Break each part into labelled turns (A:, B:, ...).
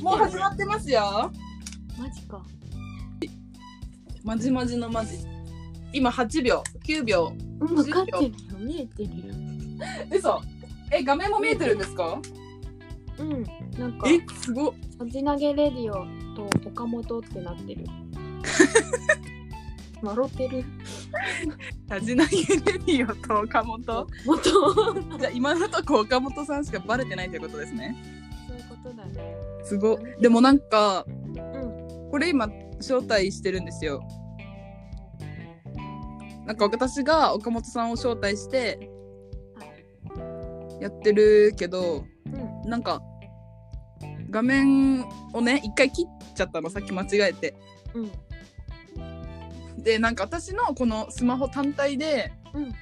A: もう始まってますよ。
B: マジか。
A: まじまじのまじ。今8秒、9秒。
B: 分かってるよ。見えてるよ。
A: 嘘。え、画面も見えてるんですか
B: うん。なんか、
A: え、すごっ。
B: さじ投げレディオと岡本ってなってる。 笑ってる。
A: タジナギレディオと岡本。じゃ
B: 元。そういう
A: あ今のとこ岡本さんしかバレてないということですね。
B: ことだね。
A: すごっ。でもなんか、
B: うん。
A: これ今、招待してるんですよ。なんか私が岡本さんを招待して
B: は
A: やってるけど、
B: うん。
A: なんか画面をね一回切っちゃったのさっき間違えて
B: うん。
A: でなんか私のこのスマホ単体で
B: うん。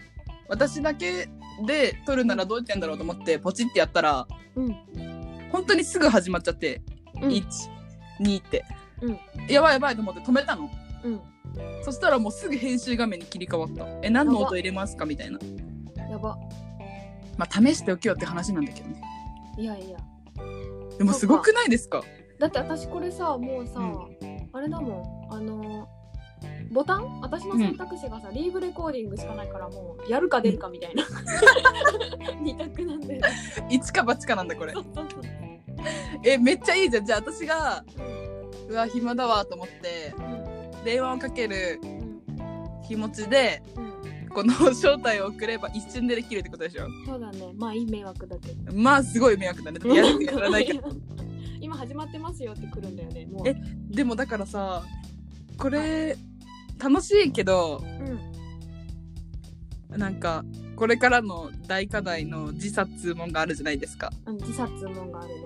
A: 私だけで撮るならどうやってんだろうと思ってポチってやったら
B: うん。
A: 本当にすぐ始まっちゃって、
B: うん
A: 12って、
B: うん
A: やばいやばいと思って止めたの
B: うん。
A: そしたらもうすぐ編集画面に切り替わったえ何の
B: やば
A: 音入れますかみたいな
B: やば。
A: まあ試しておけよって話なんだけどね
B: いやいや。
A: でもすごくないです か
B: だって私これさ、もうさ、
A: う
B: あれだもん。あのボタン私の選択肢がさ、リーブレコーディングしかないからもうやるか出るかみたい な二択なんだよね
A: 一か八かなんだこれ
B: そうそうそう
A: えめっちゃいいじゃんじゃあ私がうわ暇だわと思って電話をかける
B: うん
A: 気持ちで
B: うんうん
A: この招待を送れば一瞬でできるってことでしょ
B: そうだねまあいい迷惑だけど
A: まあすごい迷惑だねだってやるってやらないけど
B: 今始まってますよって来るんだよねもう
A: えでもだからさこれ楽しいけど
B: うん
A: なんかこれからの大課題の自殺問があるじゃないですか
B: うん自殺もんがあるね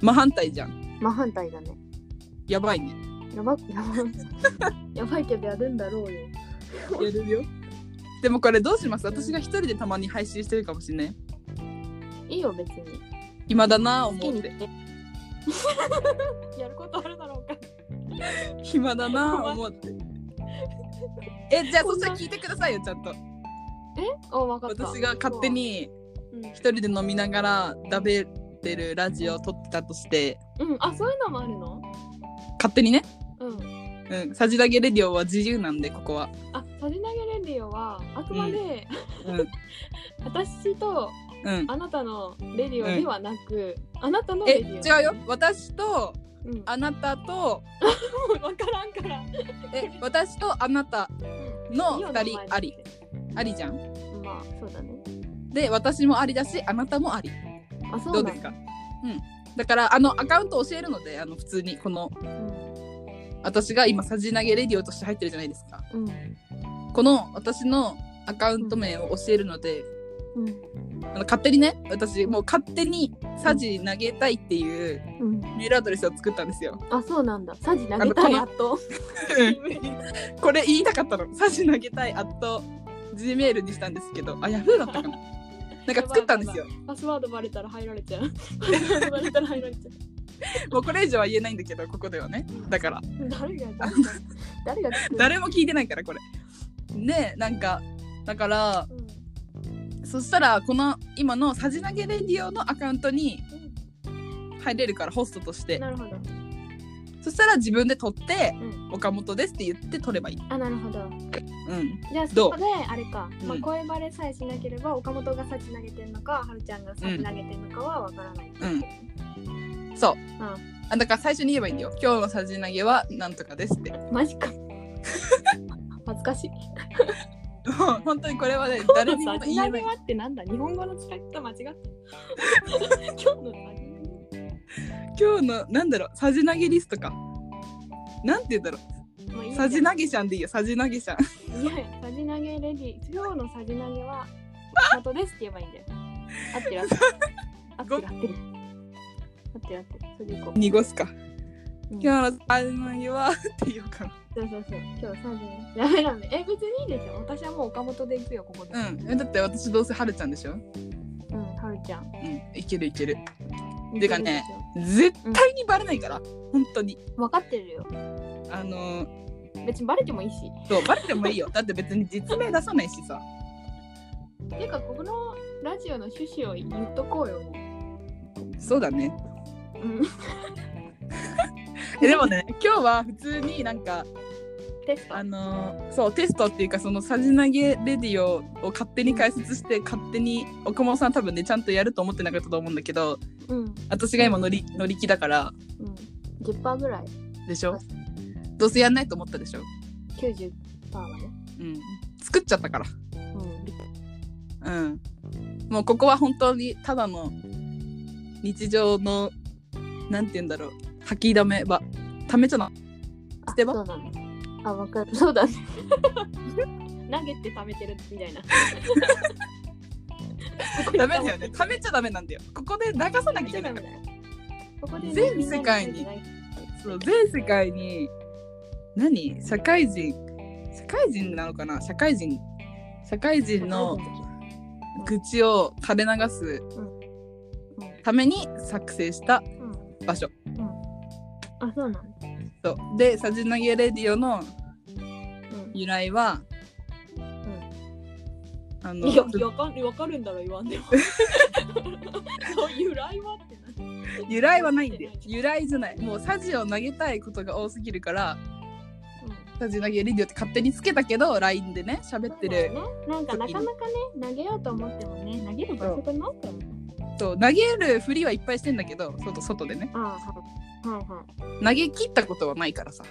A: 真反対じゃん
B: 真反対だね
A: やばいね
B: やばやば やばいけどやるんだろうよ
A: やるよでもこれどうします私が一人でたまに配信してるかもしれない
B: いいよ別に
A: 暇だなぁ
B: 好き
A: 思っ
B: に
A: て
B: やることあるだろうか
A: 暇だなぁ思ってえじゃあそしたら聞いてくださいよちゃんと
B: あ分かった
A: 私が勝手に
B: うん、
A: 一人で飲みながら食べてるラジオを撮ってたとして
B: うん、あそういうのもあるの
A: 勝手にね、
B: うん
A: うん、サジダゲレディオは自由なんでここは、
B: あさじ投げレディオはあくまで、
A: うん
B: 私と
A: うん、
B: あなたのレディオではなく、あなたの
A: え
B: レディオ
A: 違うよ私と
B: うん、
A: あなたと
B: 分からんから、
A: え私とあなたの2人ありありじゃん
B: うんまあそうだね
A: で私もありだしあなたもあり
B: あそ
A: ど
B: う
A: う
B: な
A: で
B: ん
A: す
B: だ
A: かうんだからあのアカウント教えるのであの普通にこの私が今さじ投げレディオとして入ってるじゃないですか
B: うん
A: この私のアカウント名を教えるので、
B: うん
A: あの勝手にね私もう勝手にサジ投げたいっていう
B: うん、
A: メールアドレスを作ったんですよ。
B: あそうなんだサジ投げたい
A: あ
B: やっと
A: これ言いたかったのサジ投げたいアット Gmail にしたんですけどあヤフーだったかななんか作ったんですよ。
B: パスワードバレたら入られ ちゃうパスワードバレたら入られちゃ
A: もうこれ以上は言えないんだけどここではねだから
B: う誰が誰が作る
A: 誰も聞いてないからこれ。ねなんかだから
B: うん
A: そしたらこの今のサジ投げレディオのアカウントに入れるからホストとし
B: うん
A: て
B: なるほど
A: そしたら自分で撮って「
B: う
A: 岡本です」って言って撮ればいい。
B: あなるほど
A: うん
B: じゃあ
A: ど
B: そうこであれか、まあ、
A: うん
B: 声バレさえしなければ岡本がサチ投げてんのかはるちゃんがサチ投げてんのかはわからない、
A: うんそう。
B: あ
A: あだから最初に言えばいいんだよ。今日のさじ投げはなんとかですって。 も
B: マジか恥ずかしいう
A: 本当にこれはね、誰にも
B: サチ
A: 言え
B: 投
A: な
B: げ
A: い。
B: はってなんだ日本語の使い方間違 ってる今日のサチ投げ
A: 今日の、なんだろう、さじ投げリストか。なんて言うんだろ。
B: まあいいうや
A: さじ投げシャンでいいよ、さじ投げシャン。
B: いやいやサジ投げレディ今日のサジ投げは「トです」って言えばいいんだよ。合ってる合ってる。合ってる合ってる。合ってる合ってる。それでいこ う。
A: 濁すか。
B: うん
A: 今日のさじ投げはって言おうかな。
B: そうそうそう。今日サジ。ダメダメ。え、別にいいでしょ。私はもう岡本で行くよ、ここで。
A: うん。えだって私どうせはるちゃんでしょ。う
B: うん、はるちゃん。
A: ん。いけるいける。
B: 似
A: て
B: る
A: かね
B: でし
A: 絶対にバレないから。本当に。
B: ょ。分かってるよ。
A: あのー、
B: 別にバレてもいいし。
A: そう、バレてもいいよ。だって別に実名出さないしさ。
B: ていうか、ここのラジオの趣旨を言っとこうよ。
A: そうだね。
B: うん。
A: えでもね今日は普通になんか
B: テスト
A: あのーそうテストっていうかそのさじ投げレディオを勝手に解説して勝手に岡本さん多分ねちゃんとやると思ってなかったと思うんだけど
B: うんうん
A: 私が今乗り乗り気だから
B: 10%ぐらい
A: でしょどうせやんないと思ったでしょ
B: 90%まで
A: うん作っちゃったか
B: うん
A: らうんもうここは本当にただの日常のなんて言うんだろう吐きだめ場ためちゃな
B: あ
A: 捨て場
B: そうだねあわかる そうだね投げて貯めてるみたいな
A: ダメだよねためちゃダメなんだよここで流さなきゃいけないから
B: ここで
A: 全世界にそう全世界に何社会人社会人なのかな社会人社会人の愚痴を垂れ流すために作成した
B: うん
A: 場所
B: あそうなんだ、
A: そうで「さじ投げレディオ」の
B: うん
A: 由来は、あの
B: いやわかんわかるんだろ言わんでもそう由来はってな
A: 由来はないんで由来じゃないもうさじを投げたいことが多すぎるから「さじ投げレディオ」って勝手につけたけど LINE でね喋ってる
B: うん、なんかなかなかね投げようと思ってもね投げる場所がないからね
A: そう投げるふりはいっぱいしてんだけど外外でね
B: あはいはいは
A: 投げ切ったことはないからさ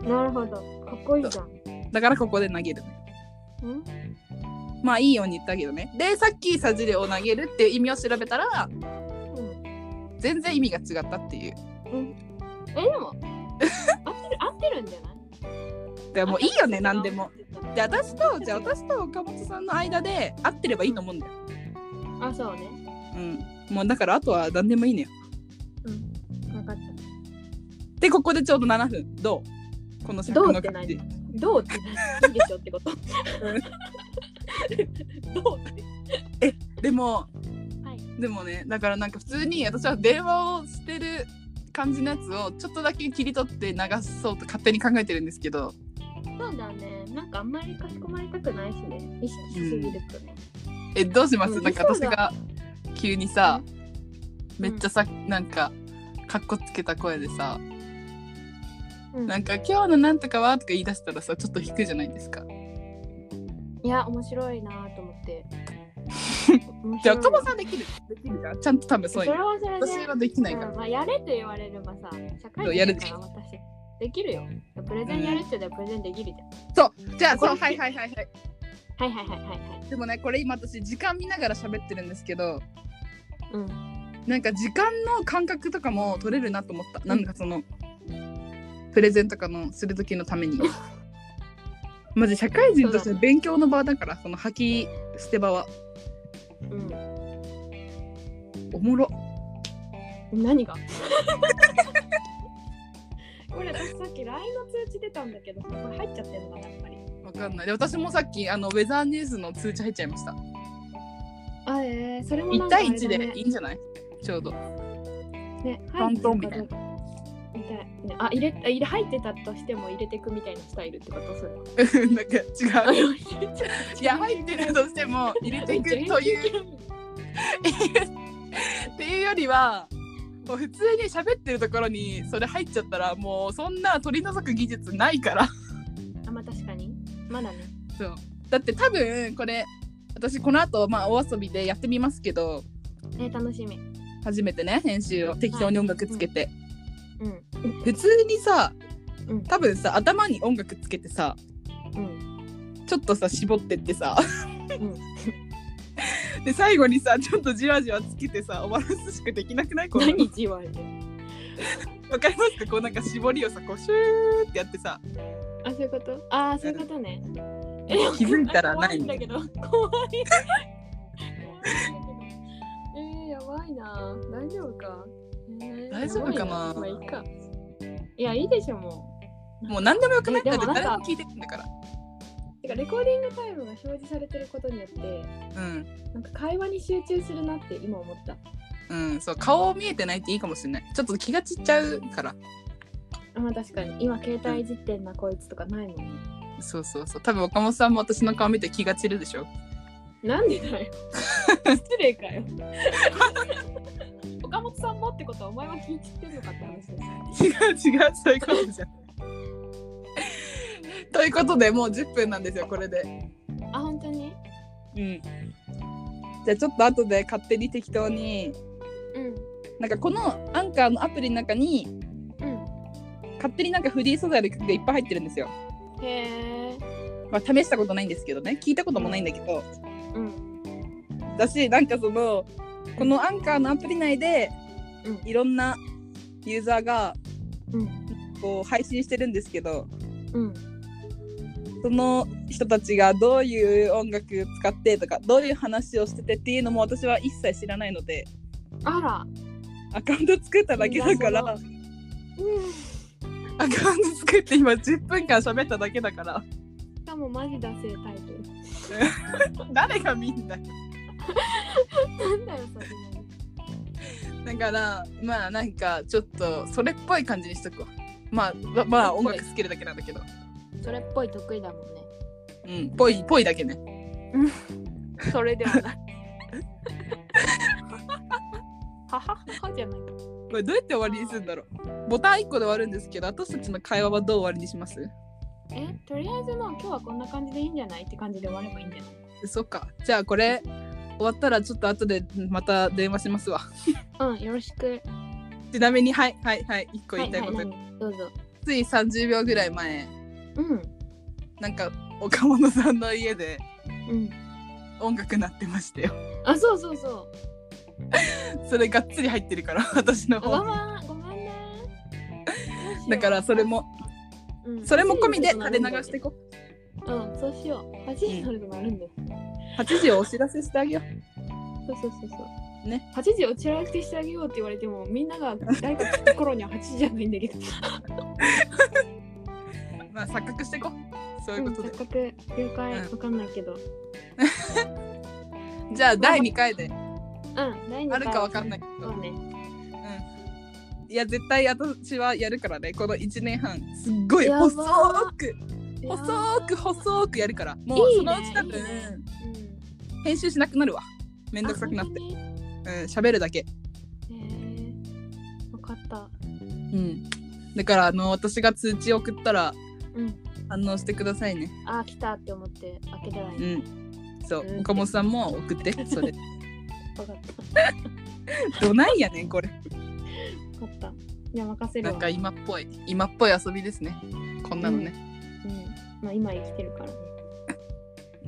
B: いなるほどかっこいいじゃん
A: だからここで投げる
B: うん
A: まあいいように言ったけどね。で、さっきさじれを投げるっていう意味を調べたら、
B: うん
A: 全然意味が違ったっていう。
B: えで も合ってる合ってるんじゃない
A: でもういいよね、何でも。。で、私と、じゃあ
B: 私。
A: 私と岡本さんの間で合ってればいいと思うんだよ。
B: あ、そうね。
A: うん。もうだからあとは何でもいいのよ。
B: 分かった。
A: で、ここでちょうど7分。どうこの尺の感じ
B: ど。どうって何でしょってこと。どうって。
A: でも、
B: はい。
A: でもね、だからなんか普通に私は電話をしてる感じのやつをちょっとだけ切り取って流そうと勝手に考えてるんですけど、
B: そうだね。なんかあんまりかしこまりたくないしね。意識しすぎるとね。
A: え、どうします
B: うん
A: なんか私が急にさ、
B: うん
A: めっちゃさ、なんかかっこつけた声でさ、
B: うん
A: なんか「今日のなんとかは?」とか言い出したらさちょっと引くじゃないですか。
B: いや、面白いなと思って。
A: じゃあ
B: 面白い
A: 岡本さんできるできるじゃんちゃんと多分そうい
B: そうれ
A: の
B: はそれで。
A: 私はできないから
B: うんまあ、やれって言われればさ、社会
A: そうや
B: 人
A: る
B: だから私。できるよ。プレゼンやるって言ったらプレゼンできるじゃん。
A: じゃあそう
B: こ
A: は
B: れ
A: いはいはいはい
B: はいはいはいはいはい。
A: でもねこれ今私時間見ながら喋ってるんですけど
B: うん。
A: なんか時間の感覚とかも取れるなと思った、なんかそのプレゼンとかのする時のため にまず社会人としての勉強の場だからその吐き捨て場は
B: うん
A: おもろ
B: 何が これ私さっき LINE の通知出たんだけどこれ入っちゃってるのかなやっぱり
A: わかんないで私もさっきあのウェザーニュースの通知入っちゃいました
B: あえー、それもな
A: 1
B: んかあ
A: 対
B: れだね
A: 1でいいんじゃないちょうど
B: ね
A: トントンみたいな
B: なみたいねあ入れあ入れ入ってたとしても入れてくみたいなスタイルってことそれは
A: うんなんか違
B: あ
A: う。
B: 入れて
A: いや入ってるとしても入れていくと
B: 入れ
A: いう
B: てく
A: っていうよりはもう普通に喋ってるところにそれ入っちゃったらもうそんな取り除く技術ないから。
B: あまあ確かにまだね
A: そうだって多分これ私この後まあお遊びでやってみますけど
B: えー、楽しみ
A: 初めてね編集を適当に音楽つけて、
B: うん
A: 普通にさ
B: うん
A: 多分さ頭に音楽つけてさ
B: うん
A: ちょっとさ絞ってってさ
B: うん
A: で最後にさちょっとじわじわつけてさ終わらすしかできなくないこう
B: 何じわれて
A: わかりますかこうなんか絞りをさこうシューってやってさ
B: あそういうことあーそういうことねえ
A: 気づいたら
B: 怖
A: ない
B: いん
A: んだ
B: だ
A: よ
B: けど怖いえー、やばいな大丈夫か、えー
A: 大丈夫かな
B: やばいまあいいかいやいいでしょも
A: もう何でもよくない
B: え
A: だっ
B: で
A: て
B: もなんか
A: 誰も聞いてるんだから
B: うてかレコーディングタイムが表示されてることによって
A: うん
B: なんか会話に集中するなって今思った
A: うんそう顔見えてないっていいかもしれないちょっと気が散っちゃうから
B: あまあ確かに今携帯いじってんなこいつとかないもんね
A: そうそうそう多分岡本さんも私の顔見て気が散るでしょ
B: なんでだよ失礼かよ岡本さんもってことはお前は聞いてるのかって話です。
A: 違う違うそういうことじゃん。 ということでもう10分なんですよこれで。
B: あ、本当に
A: うん。じゃあちょっと後で勝手に適当に
B: うん。
A: なんかこのアンカーのアプリの中に
B: う
A: 勝手になんかフリー素材の曲がいっぱい入ってるんですよ。
B: ん。へえ。
A: まあ試したことないんですけどね聞いたこともないんだけど
B: うん。
A: だしなんかそのこのアンカーのアプリ内で
B: うん
A: いろんなユーザーが
B: うん。
A: こう配信してるんですけど
B: うん。
A: その人たちがどういう音楽使ってとかどういう話をしててっていうのも私は一切知らないので
B: あら。
A: アカウント作っただけだから
B: いや
A: ア
B: そうん。し
A: カウント作って今10分間喋っただけだから
B: かもマジだせタイトル。
A: 誰が見んだよ
B: なんだよ、それ。
A: だからまあなんかちょっとそれっぽい感じにしとくわまあままあ音楽好きるだけなんだけど
B: それっぽい得意だもんね。
A: うんぽいぽいだけね
B: それでは ない。ははははじゃない。
A: これどうやって終わりにするんだろうボタン1個で終わるんですけど私たちの会話はどう終わりにします
B: え、とりあえずもう今日はこんな感じでいいんじゃないって感じで終わればいいんじゃない
A: そっかじゃあこれ終わったらちょっと後でまた電話しますわ
B: うん、よろしく。
A: ちなみにはいはいはい1個言
B: は
A: い
B: い、
A: たい
B: は
A: こ
B: い、
A: と、
B: 何どうぞ。
A: つい30秒ぐらい前
B: うん。
A: なんか岡本さんの家で
B: うん。
A: 音楽鳴ってましたよ
B: あ、そうそうそう。
A: それがっつり入ってるから 私の
B: あご
A: 方
B: めん、ごめんね。どうしよう
A: だからそれ、も
B: うん
A: それも込みで垂れ流していこう
B: うん、そうしよう。8時になるのもあるんだよ。
A: 8時をお知らせしてあげよ
B: そうそうそうそう。
A: ね。
B: 8時をちらしてしてあげようって言われても、みんなが誰か聞く頃には8時じゃないんだけど。、
A: うまあ錯覚していこうそういううんことで
B: 錯、覚、了解、
A: うん
B: わかんないけど。うん、
A: じゃあ第2回で
B: 第2回。
A: あるかわかんないいけど、
B: そうね。
A: いや絶対私はやるからねこの1年半すっごい
B: やば
A: 細く細く細くやるからもう
B: い
A: そ
B: いね
A: のうち多分
B: いいねうん。
A: 編集しなくなるわめんどくさくなって
B: て。
A: うん喋るだけ
B: えー、わかった。
A: うんだからあの私が通知送ったら
B: うん。
A: 反応してくださいね
B: あー、来たって思って開けたらいい。
A: う
B: わ、
A: んそう
B: うん
A: 岡本さんも送 ってそれ
B: かった。
A: どないやねんこれ
B: わかった。じゃあ任せる
A: な
B: わ。
A: んか今っぽい今っぽい遊びですねこんなのね、
B: うん。まあ今生きてるからね。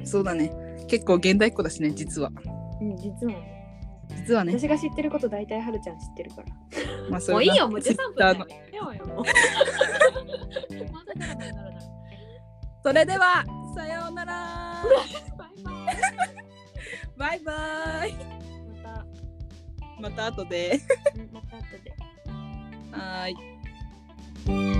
A: そうだね結構現代っ子だしね実は
B: うん、実はね。
A: 実はね
B: 私が知ってること大体はるちゃん知ってるから。
A: まあそ
B: もういいよ、もう
A: れ
B: 13
A: は
B: 分だよ。や めようよ、もう。まだだらだらだらだら
A: それではさようなら
B: バイバイ。
A: バイバイ
B: ま
A: また後で
B: た、うんまた後で。
A: はーい
B: 「